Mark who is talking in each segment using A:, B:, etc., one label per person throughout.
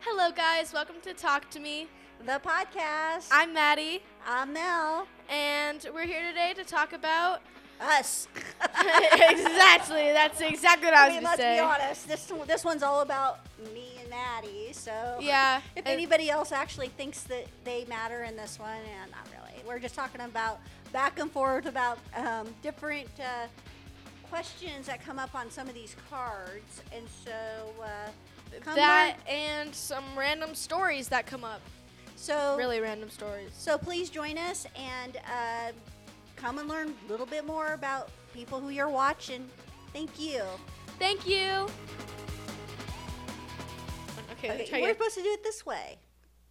A: Hello, guys. Welcome to Talk to Me.
B: the podcast.
A: I'm Maddie,
B: I'm Mel.
A: and we're here today to talk about.
B: Us.
A: exactly. That's exactly what I
B: I
A: was going
B: mean,
A: to
B: let's
A: say.
B: be honest. This this one's all about me and Maddie. So
A: Yeah.
B: if
A: uh,
B: anybody else actually thinks that they matter in this one, and not really, we're just talking about back and forth about um, different uh, questions that come up on some of these cards, and so uh, come
A: that
B: on-
A: and some random stories that come up.
B: so
A: Really random stories.
B: So please join us and uh, come and learn a little bit more about people who you're watching. Thank you.
A: Thank you. Okay,
B: Okay,
A: try
B: we're
A: again.
B: supposed to do it this way.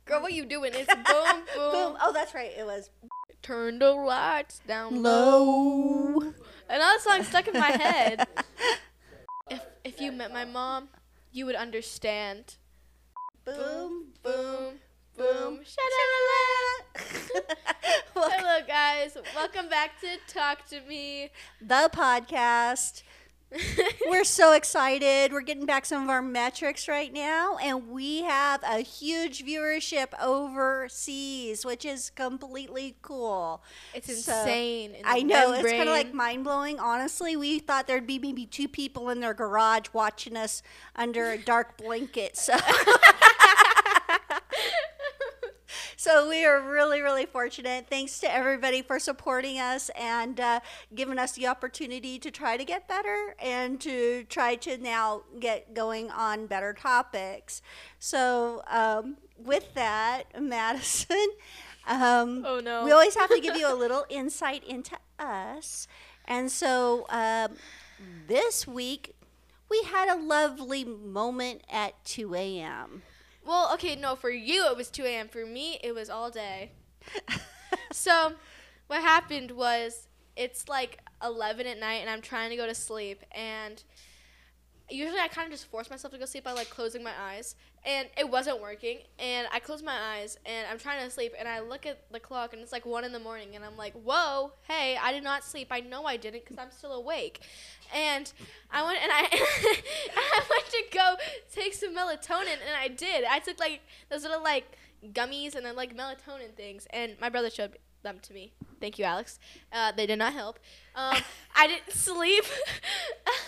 A: Girl, what you doing? It's boom, boom.
B: Boom. Oh, that's right. It was
A: Turn the lights down
B: low.
A: Another song stuck in my head. if if you met my mom, you would understand.
B: Boom.
A: boom, boom. Sha-la-la-la.
B: Welcome
A: Hello, guys. Welcome back to Talk to Me.
B: the podcast. We're so excited. We're getting back some of our metrics right now, and we have a huge viewership overseas, which is completely cool.
A: it's
B: So,
A: insane. in the
B: I know it's kind of like
A: membrane.
B: mind blowing. Honestly, we thought there'd be maybe two people in their garage watching us under a dark blanket. So, so we are really, really fortunate. Thanks to everybody for supporting us and uh, giving us the opportunity to try to get better and to try to now get going on better topics. So, um, with that, Madison. Um,
A: Oh, no.
B: We always have to give you a little insight into us. And so um, this week, we had a lovely moment at 2 a.m.
A: Well, okay, no, for you it was 2 a.m. For me, it was all day. so, what happened was it's like 11 at night, and I'm trying to go to sleep. And usually I kind of just force myself to go to sleep by like closing my eyes. And it wasn't working. And I closed my eyes, and I'm trying to sleep. And I look at the clock, and it's like 1 in the morning. And I'm like, whoa, hey, I did not sleep. I know I didn't because I'm still awake. And I went and I I went to go take some melatonin and I did. I took like those little like gummies and then like melatonin things and my brother showed them to me. Thank you, Alex. Uh, they did not help. Um, I didn't sleep,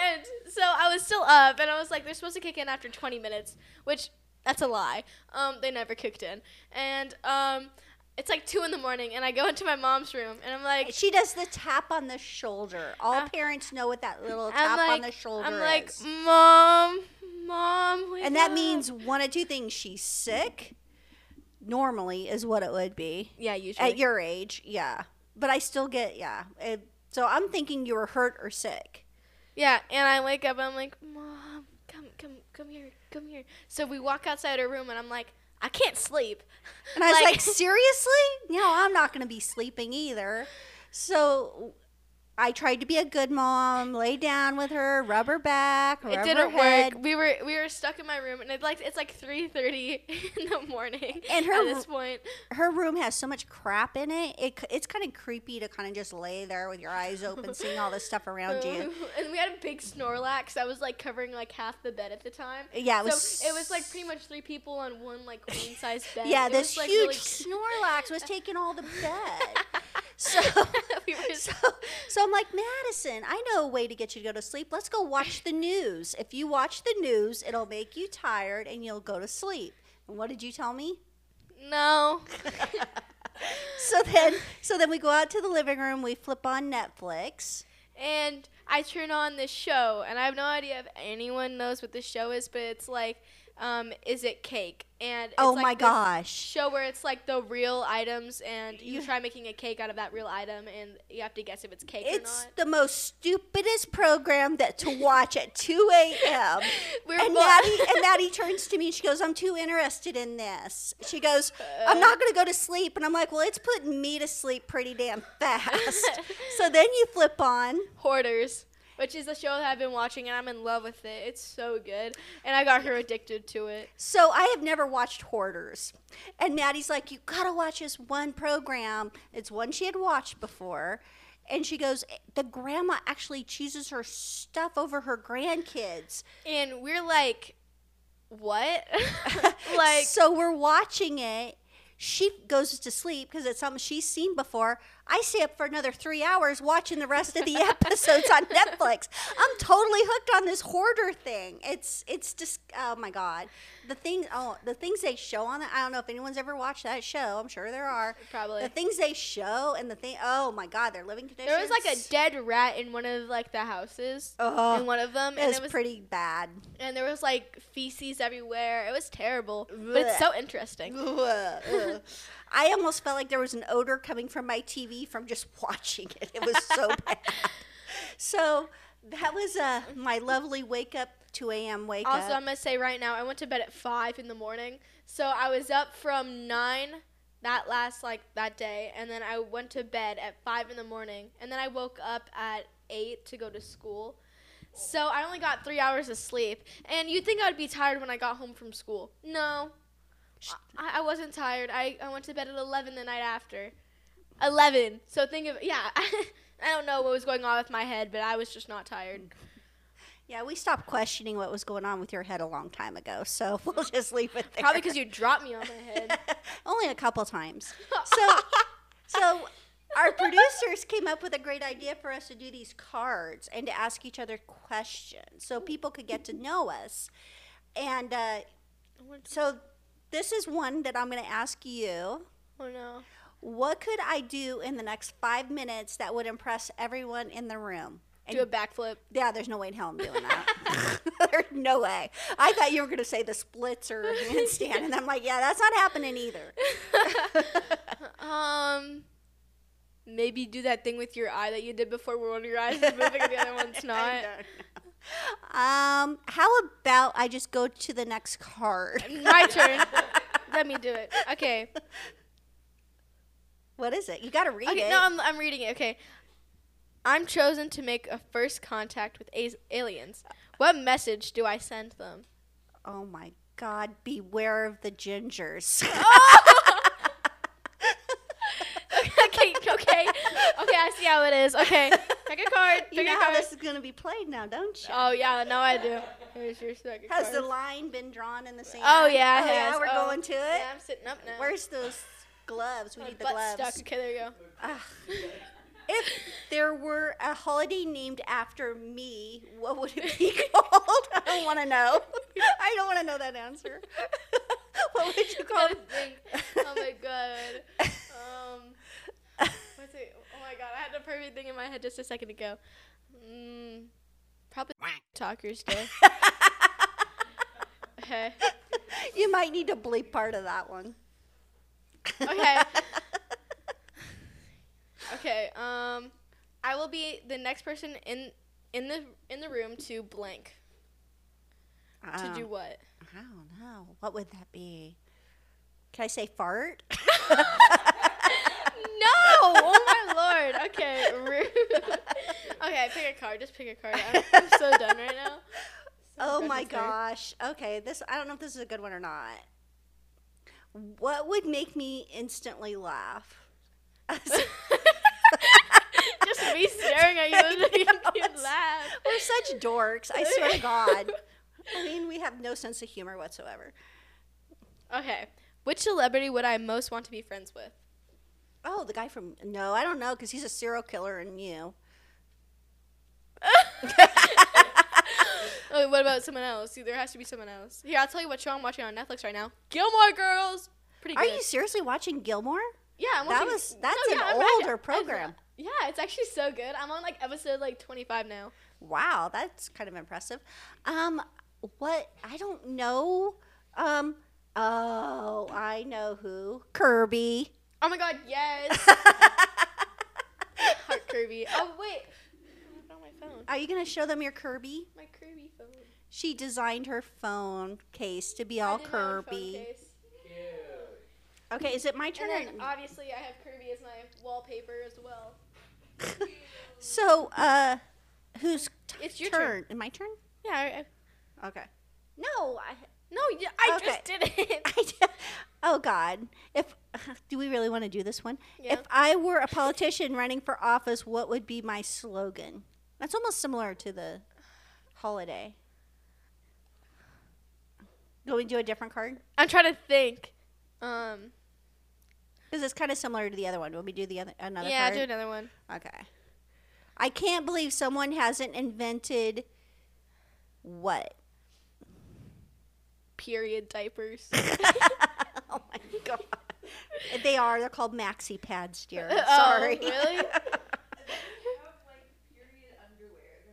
A: and so I was still up. And I was like, "They're supposed to kick in after 20 minutes," which that's a lie. Um, they never kicked in. And um, it's like two in the morning, and I go into my mom's room, and I'm like,
B: She does the tap on the shoulder. All
A: Uh,
B: parents know what that little
A: I'm
B: tap on the shoulder
A: I'm like, "Mm,
B: is.
A: mom, mom. wake
B: And that
A: up."
B: means one of two things. She's sick, normally, is what it would be.
A: yeah, usually.
B: At your age, yeah. But I still get, yeah. It, so I'm thinking you were hurt or sick.
A: yeah, and I wake up. I'm like, mom, come, come, come here, come here. So we walk outside her room, and I'm like, I can't sleep.
B: And I was like, seriously? No, I'm not going to be sleeping either. So I tried to be a good mom, lay down with her, rub her back, rub
A: it
B: her
A: didn't
B: head.
A: work. We were we were stuck in my room, and it like it's like 3:30 in the morning.
B: And her
A: at
B: ro-
A: this point,
B: Her room has so much crap in it. it c- it's kind of creepy to kind of just lay there with your eyes open, seeing all this stuff around you.
A: and we had a big Snorlax that was like covering like half the bed at the time.
B: Yeah, it was.
A: so it was like pretty much three people on one like queen size bed.
B: Yeah,
A: It
B: this
A: was, like,
B: huge
A: really
B: Snorlax was taking all the bed. So.
A: we were
B: so, so I'm like, Madison, I know a way to get you to go to sleep. Let's go watch the news. If you watch the news, it'll make you tired and you'll go to sleep. And what did you tell me?
A: No.
B: So then, so then we go out to the living room. We flip on Netflix.
A: and I turn on this show, and I have no idea if anyone knows what this show is, but it's like, um, is it cake? And it's
B: oh
A: like
B: my
A: this
B: gosh!
A: Show where it's like the real items, and you
B: You-
A: try making a cake out of that real item, and you have to guess if it's cake
B: It's
A: or
B: the most stupidest program that to watch at 2 a.m.
A: not. We're
B: And
A: bo-
B: Maddie, and Maddie turns to me and she goes, I'm too interested in this. She goes,
A: Uh.
B: I'm not going to go to sleep. And I'm like, well, it's putting me to sleep pretty damn fast. so then you flip on.
A: Hoarders, which is a show that I've been watching, and I'm in love with it. It's so good, and I got her addicted to it.
B: So I have never watched Hoarders. And Maddie's like, you got to watch this one program. It's one she had watched before. And she goes, the grandma actually chooses her stuff over her grandkids.
A: And we're like what? like
B: so we're watching it. She goes to sleep because it's something she's seen before. I stay up for another three hours watching the rest of the episodes on Netflix. I'm totally hooked on this hoarder thing. It's it's just oh my god, the things oh the things they show on it. I don't know if anyone's ever watched that show. I'm sure there are.
A: probably
B: The things they show and the thing oh my god, their living conditions.
A: there was like a dead rat in one of like the houses
B: oh,
A: in one of them,
B: it
A: and
B: was,
A: it was
B: pretty bad.
A: and there was like feces everywhere. It was terrible, but it's so interesting.
B: Ugh. I almost felt like there was an odor coming from my TV from just watching it. It was so bad. So that was uh, my lovely wake up, 2 a.m. wake
A: Also,
B: up.
A: I'm gonna say right now, I went to bed at five in the morning, so I was up from nine that last like that day, and then I went to bed at five in the morning, and then I woke up at eight to go to school. So I only got three hours of sleep, and you'd think I'd be tired when I got home from school. No, I, I wasn't tired. I, I went to bed at eleven the night after. Eleven. So think of yeah. I don't know what was going on with my head, but I was just not tired.
B: Yeah, we stopped questioning what was going on with your head a long time ago. So we'll just leave it there.
A: Probably because you dropped me on my head.
B: Only a couple times. So, so our producers came up with a great idea for us to do these cards and to ask each other questions so people could get to know us. And uh, so this is one that I'm going to ask you.
A: Oh no.
B: What could I do in the next five minutes that would impress everyone in the room? And
A: Do a backflip.
B: yeah, there's no way in hell I'm doing that. there's no way. I thought you were going to say the splits or handstand, and I'm like, yeah, that's not happening either.
A: um, maybe do that thing with your eye that you did before, where one of your eyes is moving and the other one's not.
B: Um, how about I just go to the next card?
A: My turn. Let me do it. Okay.
B: What is it? You got to read
A: Okay.
B: it.
A: No, I'm I'm reading it. Okay. I'm chosen to make a first contact with as- aliens. What message do I send them?
B: oh my God! Beware of the gingers.
A: okay. Okay. Okay. I see how it is. Okay. Pick a card. Pick
B: you know
A: a
B: how
A: card.
B: this is going to be played now, don't you?
A: oh yeah. No, I do. Here's your second
B: Has
A: card.
B: the line been drawn in the sand?
A: Oh yeah,
B: Oh,
A: it has.
B: yeah, we're
A: Oh,
B: going to it.
A: Yeah, I'm sitting up now.
B: Where's those gloves? We
A: My
B: need the
A: butt's
B: gloves.
A: stuck. Okay, there you go.
B: Ugh. if there were a holiday named after me, what would it be called? I don't want to know. I don't want to know that answer. what would you call
A: Gotta think. Oh my god. Um, what's it? Oh my god, I had the perfect thing in my head just a second ago. Mm, probably Talkers Day. okay.
B: You might need to bleep part of that one.
A: Okay. Okay. Um, I will be the next person in in the in the room to blank. To
B: Um,
A: do what?
B: I don't know. What would that be? Can I say fart?
A: No! Oh my lord. Okay. rude. okay, pick a card. Just pick a card. I'm, I'm so done right now.
B: Oh my
A: goodness, sorry.
B: gosh. Okay, this I don't know if this is a good one or not. What would make me instantly laugh?
A: Just me staring at you
B: I
A: and making
B: know,
A: you
B: it's-
A: laugh.
B: We're such dorks. I swear to God. I mean, we have no sense of humor whatsoever.
A: Okay. Which celebrity would I most want to be friends with?
B: Oh, the guy from no, I don't know, because he's a serial killer, and you.
A: Oh, what about someone else? There has to be someone else. Here, I'll tell you what show I'm watching on Netflix right now. Gilmore Girls. Pretty
B: Are
A: good.
B: you seriously watching Gilmore?
A: yeah, I'm
B: that
A: watching.
B: was- that's an
A: I'm actually-
B: older
A: I'm-
B: program.
A: yeah, it's actually so good. I'm on like episode like 25 now.
B: Wow, that's kind of impressive. Um, what I don't know. Um, oh, I know who Kirby.
A: Oh my god, yes. Heart Kirby. Oh wait. I found my phone.
B: Are you gonna show them your Kirby?
A: My Kirby phone.
B: She designed her phone case to be
A: I
B: all
A: did my own phone
B: Kirby.
A: case.
B: Okay, is it my turn?
A: And
B: or-
A: then obviously I have Kirby as my wallpaper as well.
B: So, uh, whose t-
A: It's your
B: turn? My turn.
A: Yeah. I, I,
B: Okay. No, I.
A: no, yeah, I
B: Okay.
A: just did it.
B: I d- oh God! If do we really want to do this one?
A: Yeah.
B: If I were a politician running for office, what would be my slogan? That's almost similar to the holiday. Going to a different card?
A: I'm trying to think. Um,
B: Because it's kind of similar to the other one. Will we do the other another
A: yeah,
B: card?
A: do another one.
B: Okay. I can't believe someone hasn't invented what?
A: Period diapers.
B: oh my god. They are. They're called maxi pads, dear.
A: Oh,
B: Sorry.
A: really?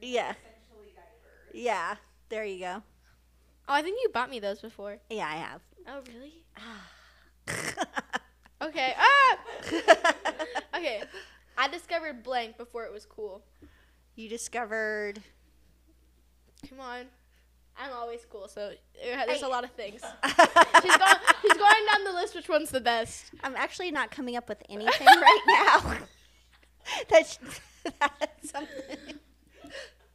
B: yeah. Yeah. There you go.
A: Oh, I think you bought me those before.
B: Yeah, I have.
A: Oh, really? Okay. Ah. Okay. I discovered blank before it was cool.
B: you discovered
A: Come on. I'm always cool, so uh, there's a
B: I-
A: lot of things. She's
B: she's
A: going, she's going down the list. Which one's the best?
B: I'm actually not coming up with anything right now. that's, that's something.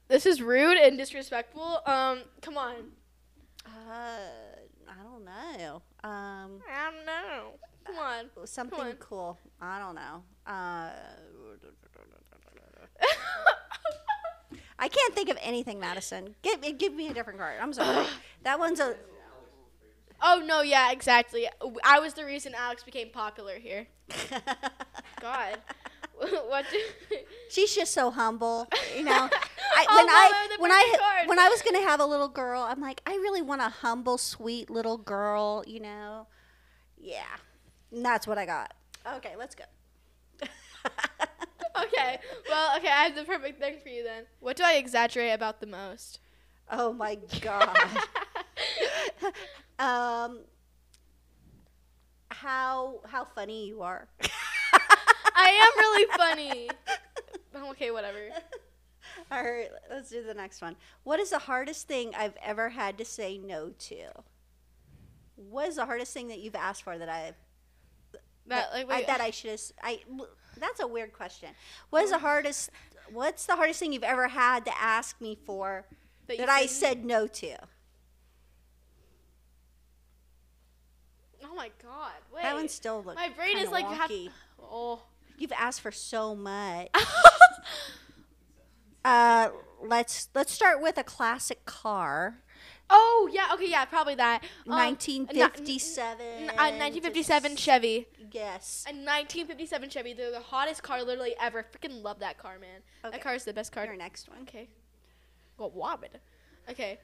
A: This is rude and disrespectful. Um, come on.
B: Uh, I don't know. Um,
A: I don't know. Come on.
B: something
A: on.
B: cool. I don't know. Uh, I can't think of anything, Madison. Give me, give me a different card. I'm sorry. that one's a.
A: oh no, yeah, exactly. I was the reason Alex became popular here. God. what? Do,
B: She's just so humble, you know. I,
A: Oh,
B: when
A: mother,
B: I
A: the
B: when I
A: birthday card.
B: when I was gonna have a little girl, I'm like, I really want a humble, sweet little girl, you know. Yeah, and that's what I got. Okay, let's go.
A: okay. Well, okay. I have the perfect thing for you then. What do I exaggerate about the most?
B: Oh my god. um, how how funny you are.
A: I am really funny. Oh, Okay, whatever.
B: All right, let's do the next one. What is the hardest thing I've ever had to say no to? What is the hardest thing that you've asked for that I
A: That like wait,
B: I, that I should have? I that's a weird question. What is the hardest? What's the hardest thing you've ever had to ask me for
A: that you
B: that I
A: couldn't-
B: said no to?
A: Oh my god. Wait.
B: That one still looks.
A: My brain is
B: kinda
A: like half-
B: wonky.
A: Oh.
B: You've asked for so much. Uh, let's let's start with a classic car,
A: oh yeah. Okay. Yeah. Probably that. Um,
B: nineteen fifty seven.
A: n- A 1957 Chevy.
B: Yes.
A: A 1957 Chevy. They're the hottest car literally ever. Freaking love that car, man.
B: Okay.
A: That car is the best car.
B: Your next one.
A: Okay. Well, wobbin. Okay.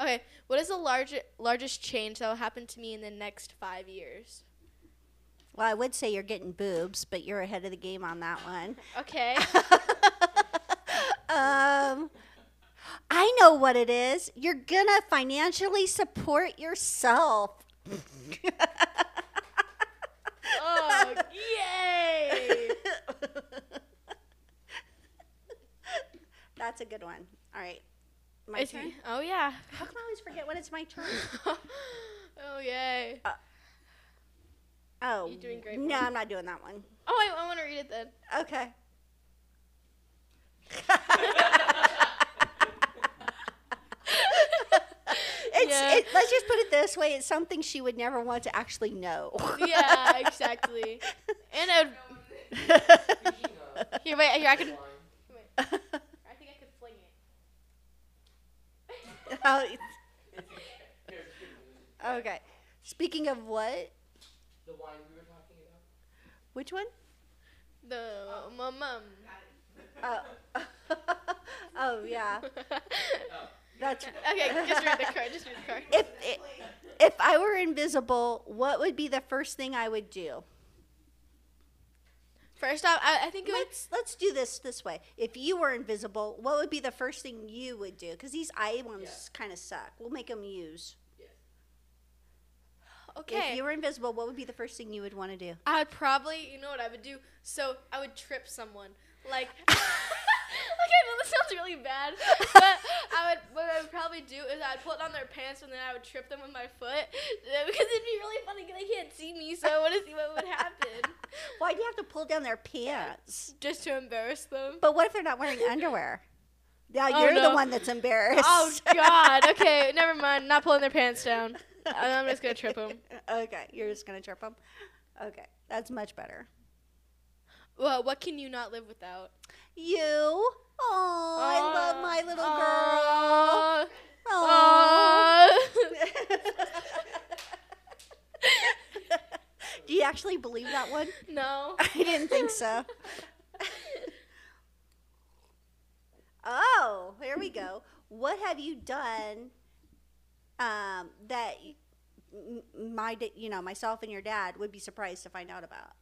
A: Okay. What is the large, largest change that will happen to me in the next five years?
B: Well, I would say you're getting boobs, but you're ahead of the game on that one.
A: Okay.
B: um, I know what it is. You're gonna financially support yourself.
A: oh, yay!
B: That's a good one. All right, my
A: It's-
B: turn.
A: Oh yeah.
B: How come I always forget when it's my turn?
A: oh yay.
B: Oh,
A: You're doing great,
B: No,
A: Mom.
B: I'm not doing that one.
A: Oh, I, I want to read it then.
B: Okay. it's
A: Yeah.
B: it, let's just put it this way: it's something she would never want to actually know.
A: Yeah, exactly. And I would, here, wait, here I can. Wait, I think I could fling it.
B: How- Oh, okay. Speaking of what?
C: The wine we were talking about.
B: Which one?
A: The mum.
B: Oh, oh yeah. That's
A: Okay, just read the card. Just read the card.
B: if i if I were invisible, what would be the first thing I would do?
A: First off, I, I think it would
B: Let's let's do this this way. If you were invisible, what would be the first thing you would do? Because these eye ones kind of suck. We'll make them use. If
A: okay.
B: you were invisible, what would be the first thing you would want to do?
A: I would probably, you know what I would do? So I would trip someone. Like, okay, no, this sounds really bad. But I would, what I would probably do is I'd pull down their pants and then I would trip them with my foot uh, because it'd be really funny because they can't see me, so I want to see what would happen
B: Why do you have to pull down their pants?
A: just to embarrass them.
B: But what if they're not wearing underwear? Now
A: Oh,
B: you're
A: no.
B: the one that's embarrassed.
A: Oh God. Okay, never mind. Not pulling their pants down. I'm just gonna trip them.
B: okay, you're just gonna trip them. Okay, that's much better.
A: Well, what can you not live without?
B: You. Oh, I love my little girl.
A: Aw.
B: Aw.
A: Aww.
B: Do you actually believe that one?
A: no.
B: I didn't think so. oh, here we go. What have you done um, that y- m- my, da- you know, myself and your dad would be surprised to find out about?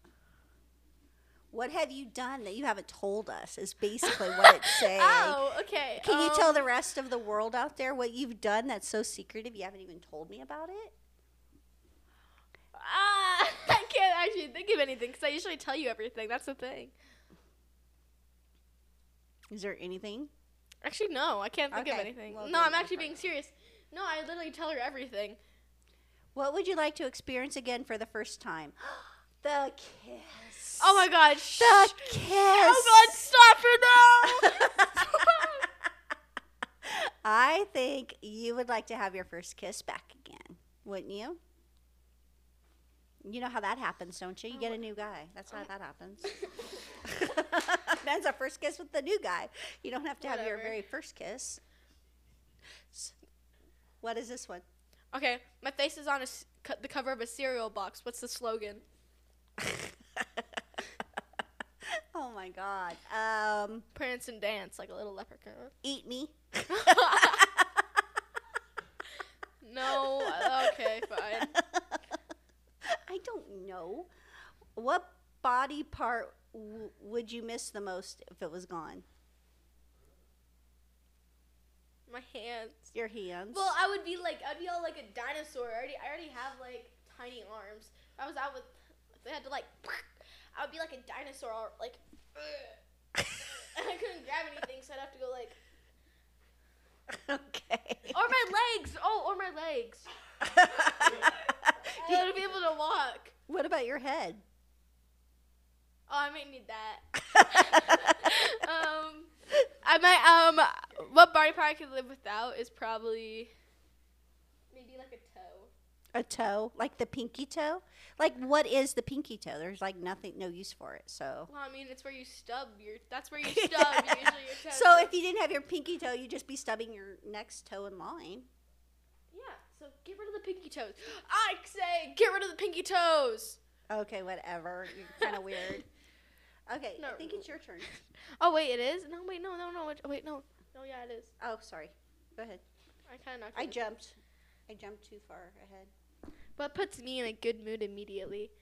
B: What have you done that you haven't told us? Is basically what it's saying.
A: Oh, okay.
B: Can you
A: um,
B: tell the rest of the world out there what you've done that's so secretive you haven't even told me about it?
A: Ah, I can't actually think of anything because I usually tell you everything. That's the thing.
B: Is there anything?
A: Actually, no, I can't think of
B: Okay,
A: anything.
B: well,
A: no,
B: then
A: I'm
B: I'm
A: actually being serious. No, I literally tell her everything.
B: What would you like to experience again for the first time? the kiss.
A: Oh my god. Shh.
B: The kiss.
A: Oh god, stop her now.
B: I think you would like to have your first kiss back again, wouldn't you? You know how that happens, don't you? You get a new guy. That's how that happens. That's our first kiss with the new guy. You don't have to have your
A: Whatever.
B: very first kiss. S- What is this one?
A: okay, my face is on a s co- the cover of a cereal box. What's the slogan?
B: oh my god. Um,
A: Prance and dance like a little leprechaun.
B: eat me.
A: No. uh, okay, fine.
B: I don't know. What body part w- would you miss the most if it was gone?
A: My hands.
B: Your hands.
A: Well, I would be like I'd be all like a dinosaur. I already I already have like tiny arms. If I was out with if they had to like I would be like a dinosaur all, like and I couldn't grab anything, so I'd have to go like
B: okay.
A: or my legs. Oh, or my legs. I would not be able to walk.
B: what about your head?
A: Oh, I might need that. um, I might. Um, what body part I could live without is probably maybe like a toe.
B: A toe, like the pinky toe. Like, what is the pinky toe? There's like nothing, no use for it. So,
A: Well, I mean, it's where you stub your. That's where you stub usually your toe.
B: so if you didn't have your pinky toe, you'd just be stubbing your next toe in line.
A: yeah, so get rid of the pinky toes. I say get rid of the pinky toes.
B: Okay, whatever. You're kind of weird. Okay, I
A: No.
B: think it's your turn.
A: Oh wait, it is. No, wait, no, no, no. Wait, wait no. No, yeah, it is.
B: Oh, sorry. Go ahead.
A: I kind of knocked.
B: I
A: it.
B: jumped. I jumped too far ahead.
A: What puts me in a good mood immediately?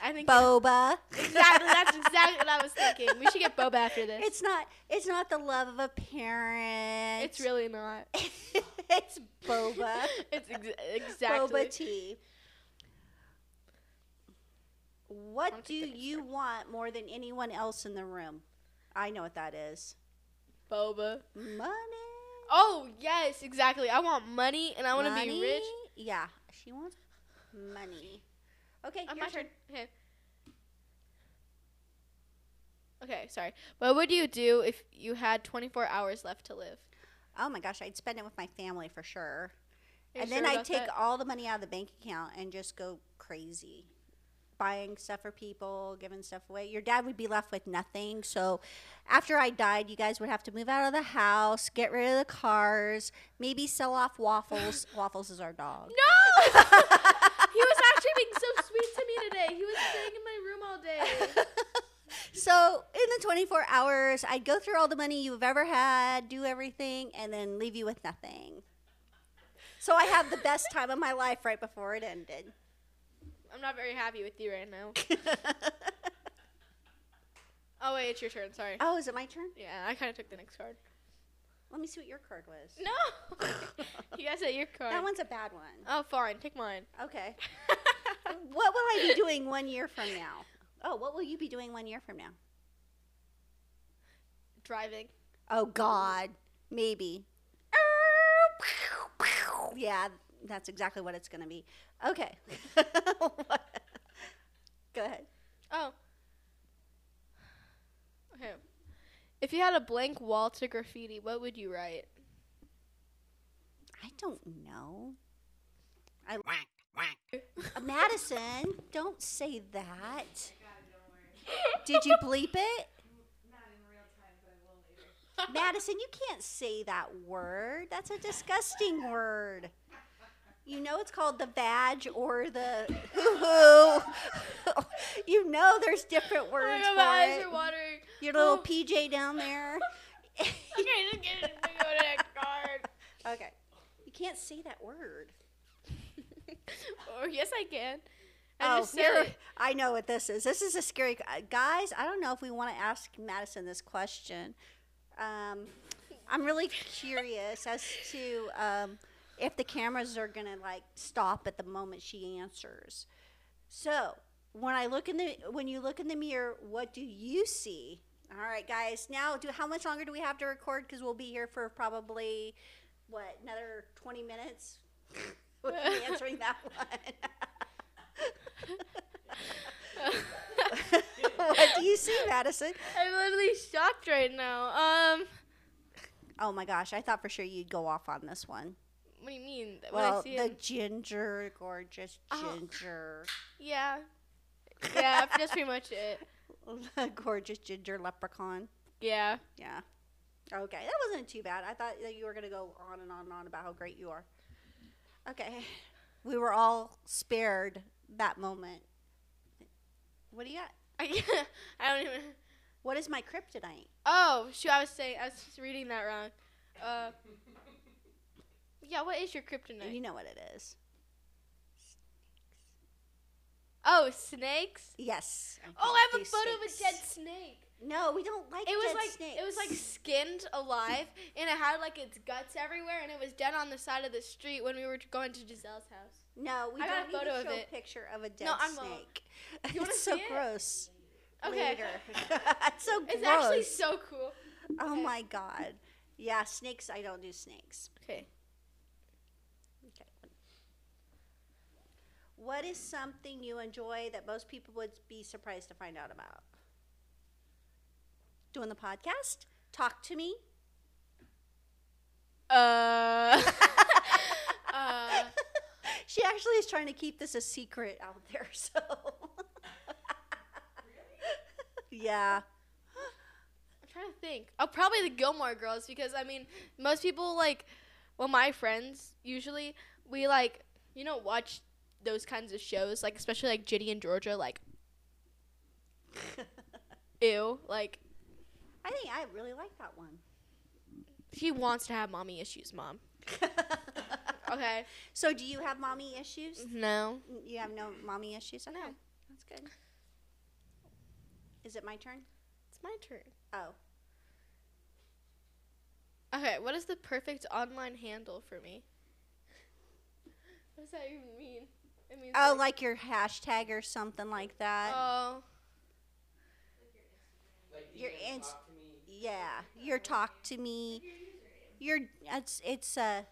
A: I think
B: Boba.
A: exactly. That's exactly what I was thinking. We should get Boba after this.
B: It's not. It's not the love of a parent.
A: It's really not.
B: it's boba.
A: it's ex- exactly.
B: Boba tea. What
A: Don't
B: do
A: you think it's
B: you want more than anyone else in the room? I know what that is.
A: Boba.
B: Money.
A: Oh yes, exactly. I want money and I want to be rich.
B: Money? Yeah, she wants money. Okay,
A: I'm
B: your
A: not
B: turn.
A: sure. Okay. Okay, sorry. What would you do if you had 24 hours left to live?
B: Oh my gosh, I'd spend it with my family for
A: Are
B: sure.
A: you
B: and then
A: sure
B: I'd
A: about
B: take
A: that?
B: all the money out of the bank account and just go crazy. Buying stuff for people, giving stuff away. Your dad would be left with nothing. So after I died, you guys would have to move out of the house, get rid of the cars, maybe sell off waffles. waffles is our dog.
A: No! he was actually being so sweet to me today. He was staying in my room all day.
B: So in the 24 hours, I'd go through all the money you've ever had, do everything, and then leave you with nothing. So I have the best time of my life right before it ended.
A: I'm not very happy with you right now. Oh wait, it's your turn. Sorry.
B: oh, is it my turn?
A: Yeah, I kind of took the next card.
B: Let me see what your card was.
A: No. you guys said your card.
B: That one's a bad one.
A: Oh, fine. Take mine.
B: Okay. what will I be doing one year from now? Oh, what will you be doing one year from now?
A: Driving.
B: Oh, God. Maybe. Yeah, that's exactly what it's going to be. Okay. Go ahead.
A: Oh. Okay. If you had a blank wall to graffiti, what would you write?
B: I don't know. I
A: Oh
B: uh, Madison, don't say that. Did you bleep it? Madison, you can't say that word. That's a disgusting word. You know it's called the vag or the hoo-hoo. you know there's different
A: Oh my
B: words
A: god, my eyes
B: for
A: are
B: it.
A: watering.
B: Your little
A: Oh.
B: PJ down there.
A: Okay, just get it. Go to that card.
B: okay. You can't say that word.
A: or Oh, yes, I can. I
B: oh,
A: just said
B: here,
A: it.
B: I know what this is. This is a scary. uh, Guys, I don't know if we want to ask Madison this question. Um, I'm really curious as to um, if the cameras are going to like stop at the moment she answers. So, when I look in the when you look in the mirror, what do you see? All right, guys. Now, do how much longer do we have to record? Because we'll be here for probably what another 20 minutes. we'll be answering that one. what do you see, Madison?
A: I'm literally shocked right now. Um,
B: Oh my gosh, I thought for sure you'd go off on this one.
A: what do you mean? When I
B: Well,
A: see
B: the
A: it?
B: ginger, gorgeous
A: Oh.
B: ginger,
A: Yeah. Yeah, that's pretty much it.
B: gorgeous ginger leprechaun.
A: Yeah.
B: Yeah. Okay, that wasn't too bad. I thought that you were gonna go on and on and on about how great you are. Okay, we were all spared that moment. What do you got?
A: I can't, I don't even.
B: What is my kryptonite?
A: Oh shoot! I was saying I was just reading that wrong. Uh, yeah. What is your kryptonite?
B: You know what it is.
A: oh, snakes.
B: Yes. I
A: Oh, I have
B: do
A: a photo of a
B: snakes.
A: dead snake.
B: No, we don't like
A: It was
B: dead
A: like
B: snakes.
A: it was like skinned alive, and it had like its guts everywhere, and it was dead on the side of the street when we were going to Giselle's house.
B: No, we
A: I got
B: don't
A: a
B: need
A: photo
B: to
A: of
B: show a
A: it.
B: picture of a dead
A: I'm not.
B: snake.
A: You wanna
B: it's so
A: see it?
B: gross.
A: Okay.
B: Later. it's so gross.
A: It's actually so cool.
B: oh
A: okay.
B: my god. Yeah, snakes. I don't do snakes.
A: Okay.
B: Okay. What is something you enjoy that most people would be surprised to find out about? Doing the podcast? Talk to me.
A: Uh. uh.
B: she actually is trying to keep this a secret out there. So. yeah.
A: I'm trying to think. Oh, probably the Gilmore Girls because I mean, most people like, well, my friends usually we like you know watch those kinds of shows like especially like Ginny and Georgia like ew like
B: I think I really like that one.
A: she wants to have mommy issues, mom. Okay.
B: so, do you have mommy issues?
A: No.
B: You have no mommy issues? Okay.
A: No.
B: That's good. Is it my turn?
A: It's my turn.
B: Oh.
A: Okay, what is the perfect online handle for me? What does that even mean? It means
B: Oh, like your hashtag or something like that?
A: oh,
C: Like
B: Your
C: DM
B: ins-
C: talk to me.
B: yeah. Your talk to me. Your it's it's uh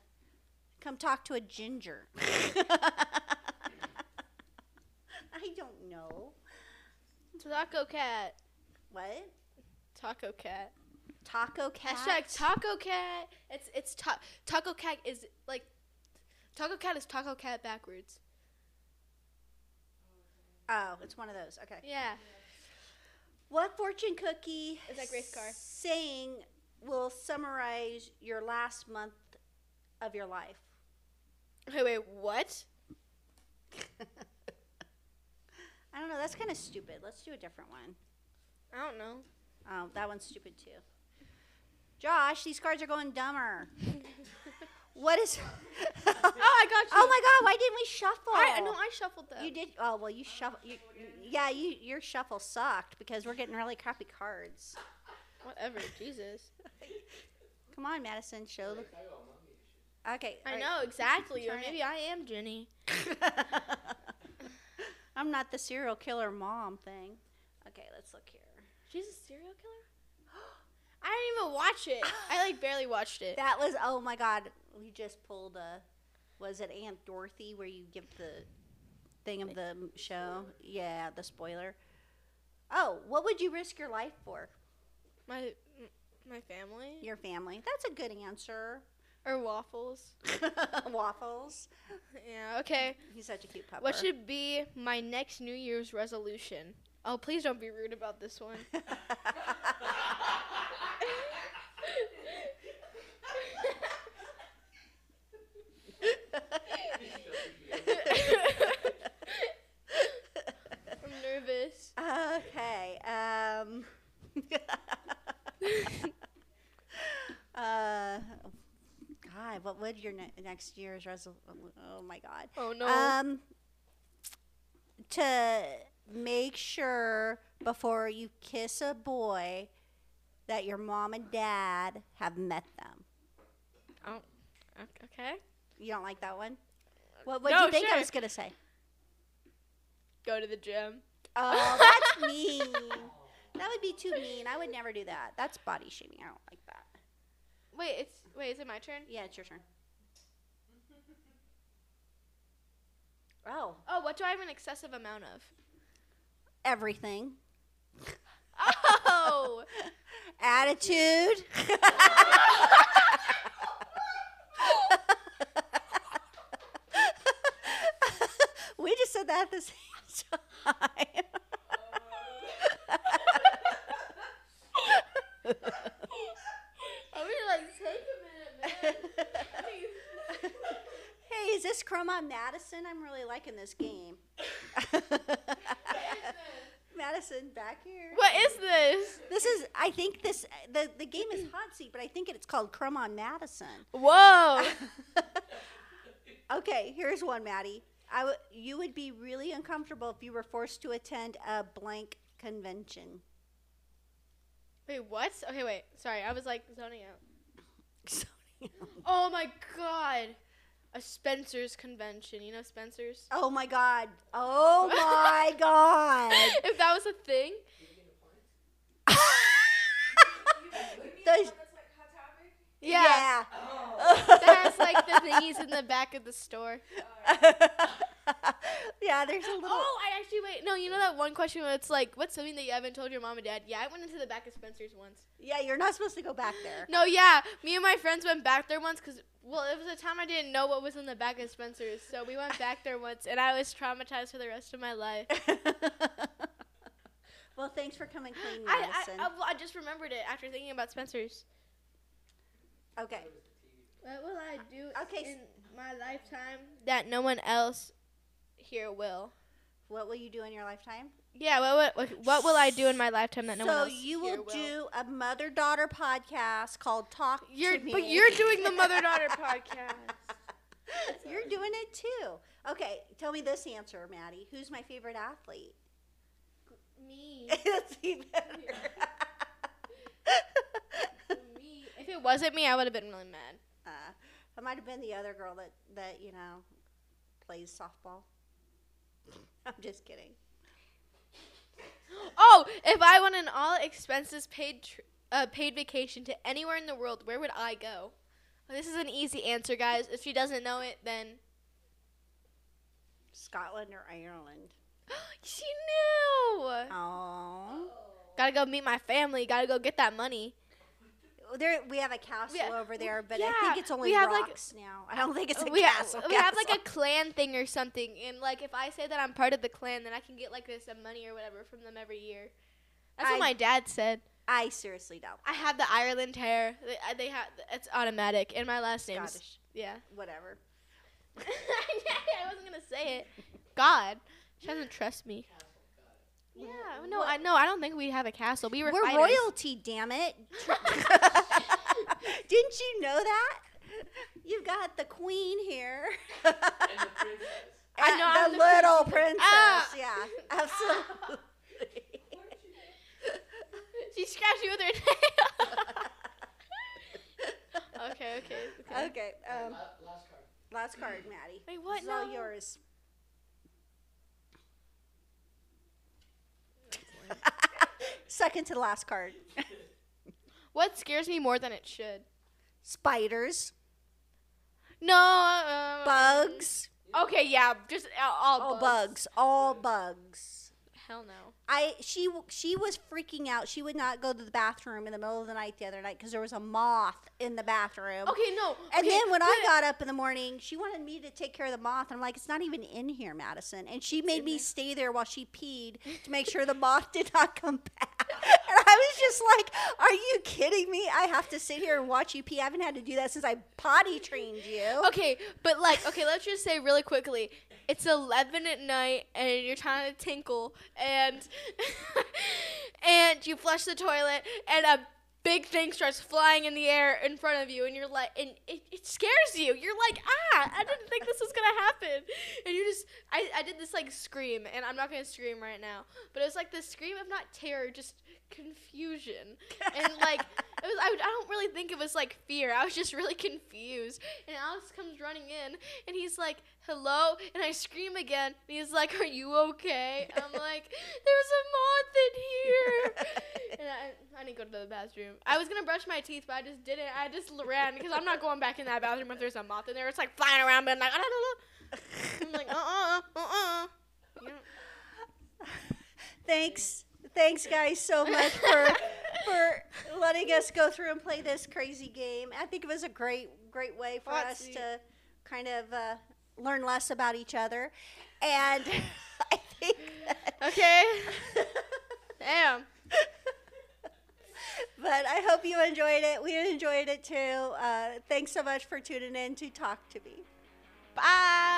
B: come talk to a ginger. I don't know.
A: Taco Cat.
B: What?
A: Taco Cat.
B: Taco cat.
A: Hashtag Taco Cat. It's it's ta- Taco Cat is like Taco Cat is Taco Cat backwards.
B: oh, it's one of those. Okay.
A: Yeah.
B: What fortune cookie
A: Is that Grace Carr?
B: saying will summarize your last month of your life?
A: Okay, wait, what?
B: I don't know. That's kind of stupid. Let's do a different one.
A: I don't know.
B: Oh, that one's stupid too. Josh, these cards are going dumber. what is? oh my
A: Oh, I got you.
B: god! Why didn't we shuffle?
A: I uh, no, I shuffled that.
B: you did. Oh well, you shuffle. You, yeah, you your shuffle sucked because we're getting really crappy cards.
A: Whatever, Jesus.
B: Come on, Madison, show. the-
C: I got mommy issues.
B: Okay.
A: I
B: all right.
A: know exactly. Or
B: Turn it.
A: maybe I am Jenny.
B: I'm not the serial killer mom thing. Okay, let's look here.
A: She's a serial killer? I didn't even watch it. I like barely watched it.
B: That was oh my god, we just pulled a was it Aunt Dorothy where you give the thing of the m- show? Yeah, the spoiler. Oh, what would you risk your life for?
A: My my family
B: Your family. That's a good answer.
A: or waffles.
B: Waffles.
A: Yeah, okay.
B: He's such a cute puppy.
A: What should be my next New Year's resolution? Oh, please don't be rude about this one.
B: um, uh, said your ne- next year's resolution. Oh my God.
A: Oh no.
B: Um, to make sure before you kiss a boy that your mom and dad have met them.
A: oh, o- okay.
B: You don't like that one? What would
A: No,
B: you think
A: sure.
B: I was gonna say?
A: Go to the gym.
B: Oh, that's mean. That would be too mean. I would never do that. That's body shaming. I don't like that.
A: Wait, it's wait. Is it my turn?
B: Yeah, it's your turn. Oh,
A: Oh, what do I have an excessive amount of?
B: everything.
A: Oh,
B: Attitude. we just said that at the same time.
A: I mean, like, take a minute,
B: hey, is this Chroma Madison? I'm really liking this game. Madison, back here.
A: what is this?
B: This is, I think this, the, the game is Hot Seat, but I think it's called Chroma Madison.
A: Whoa.
B: okay, here's one, Maddie. I w- you would be really uncomfortable if you were forced to attend a blank convention.
A: wait, what? Okay, wait. Sorry, I was like zoning out. Oh my god. A Spencer's convention. You know Spencer's?
B: oh my god. Oh my god.
A: if that was a thing,
B: Those-
A: Yeah. that has like the thingies in the back of the store.
B: yeah, there's a little.
A: Oh, I actually wait. No, you know that one question where it's like, what's something that you haven't told your mom and dad? Yeah, I went into the back of Spencer's once.
B: Yeah, you're not supposed to go back there.
A: No, yeah, me and my friends went back there once because well, it was a time I didn't know what was in the back of Spencer's, so we went back there once, and I was traumatized for the rest of my life.
B: well, thanks for coming clean,
A: I, um, I,
B: Madison.
A: I, well, I just remembered it after thinking about Spencer's.
B: okay.
A: What will I do
B: Okay, s-
A: my lifetime that no one else here will?
B: What will you do in your lifetime?
A: Yeah, what what, what will I do in my lifetime that no one
B: so
A: else
B: you
A: here
B: will do a mother daughter podcast called Talk
A: You're
B: to Me.
A: but you're doing the mother daughter podcast.
B: You're doing it too. Okay, tell me this answer, Maddie. Who's my favorite athlete?
A: Me,
B: That's even better.
A: me. If it wasn't me, I would have been really mad.
B: uh, I might have been the other girl that that you know plays softball. I'm just kidding.
A: Oh, if I won an all expenses paid tr- uh, paid vacation to anywhere in the world, where would I go? This is an easy answer, guys. If she doesn't know it, then
B: Scotland or Ireland?
A: she knew.
B: Oh,
A: Gotta go meet my family. Gotta go get that money.
B: there we have a castle
A: Yeah,
B: over there, but I
A: yeah,
B: think it's only
A: we have, like-
B: rocks now. I don't think it's a
A: we
B: castle.
A: have we have like
B: castle.
A: a clan thing or something, and like if I say that I'm part of the clan, then I can get like this uh, money or whatever from them every year. That's
B: I-
A: what my dad said.
B: I seriously doubt
A: I have the Ireland hair. They, I- they have it's automatic, and my last name's
B: Scottish.
A: yeah.
B: Whatever.
A: I wasn't gonna say it. God, she doesn't trust me. Yeah, no, I no, I don't think we have a castle. We were,
B: We're
A: fighters.
B: royalty, damn it. Didn't you know that? You've got the queen here.
C: And the princess.
A: I know,
B: Uh,
A: I'm
B: the
A: the
B: little princess.
A: princess. Ah.
B: Yeah, absolutely.
A: She scratched you with her nail. okay, okay, okay.
B: okay, um,
C: La- Uh, last card.
B: last card, Maddie.
A: Wait, what?
B: This is all
A: No.
B: yours. Second to the last card.
A: What scares me more than it should?
B: Spiders,
A: No. uh,
B: bugs,
A: Okay, yeah, just all, all
B: all
A: Oh, bugs.
B: bugs, all bugs.
A: Hell no.
B: I she w- she was freaking out. She would not go to the bathroom in the middle of the night the other night because there was a moth in the bathroom.
A: Okay, no.
B: And
A: okay,
B: then when I
A: but-
B: got up in the morning, she wanted me to take care of the moth, and I'm like, "It's not even in here, Madison." And she made me stay there while she peed to make sure the moth did not come back. And I was just like, "Are you kidding me? I have to sit here and watch you pee. I haven't had to do that since I potty trained you."
A: Okay, but like, okay, let's just say really quickly, it's eleven at night, and you're trying to tinkle, and and you flush the toilet, and a big thing starts flying in the air in front of you, and you're like, and it, it scares you. You're like, ah, I didn't think this was gonna happen. And you're just, I, I did this like scream, and I'm not gonna scream right now, but it was like this scream of not terror, just confusion. And like, it was, I, would- I don't really think it was like fear. I was just really confused. And Alex comes running in, and he's like, hello? And I scream again, and he's like, are you okay? And I'm like, there's a moth in here. and I, I didn't go to the bathroom. I was gonna brush my teeth, but I just didn't. I just l- ran because I'm not going back in that bathroom if there's a moth in there. It's like flying around, being like, "Ah, da, da, da." I'm like, uh, uh, uh, uh. You know?
B: Thanks. Thanks, guys, so much for for letting us go through and play this crazy game. I think it was a great great way for
A: Lots
B: us
A: of-
B: to kind of uh, learn less about each other, and I think.
A: Okay. Damn.
B: but I hope you enjoyed it. We enjoyed it too. Uh, thanks so much for tuning in to Talk to Me.
A: Bye.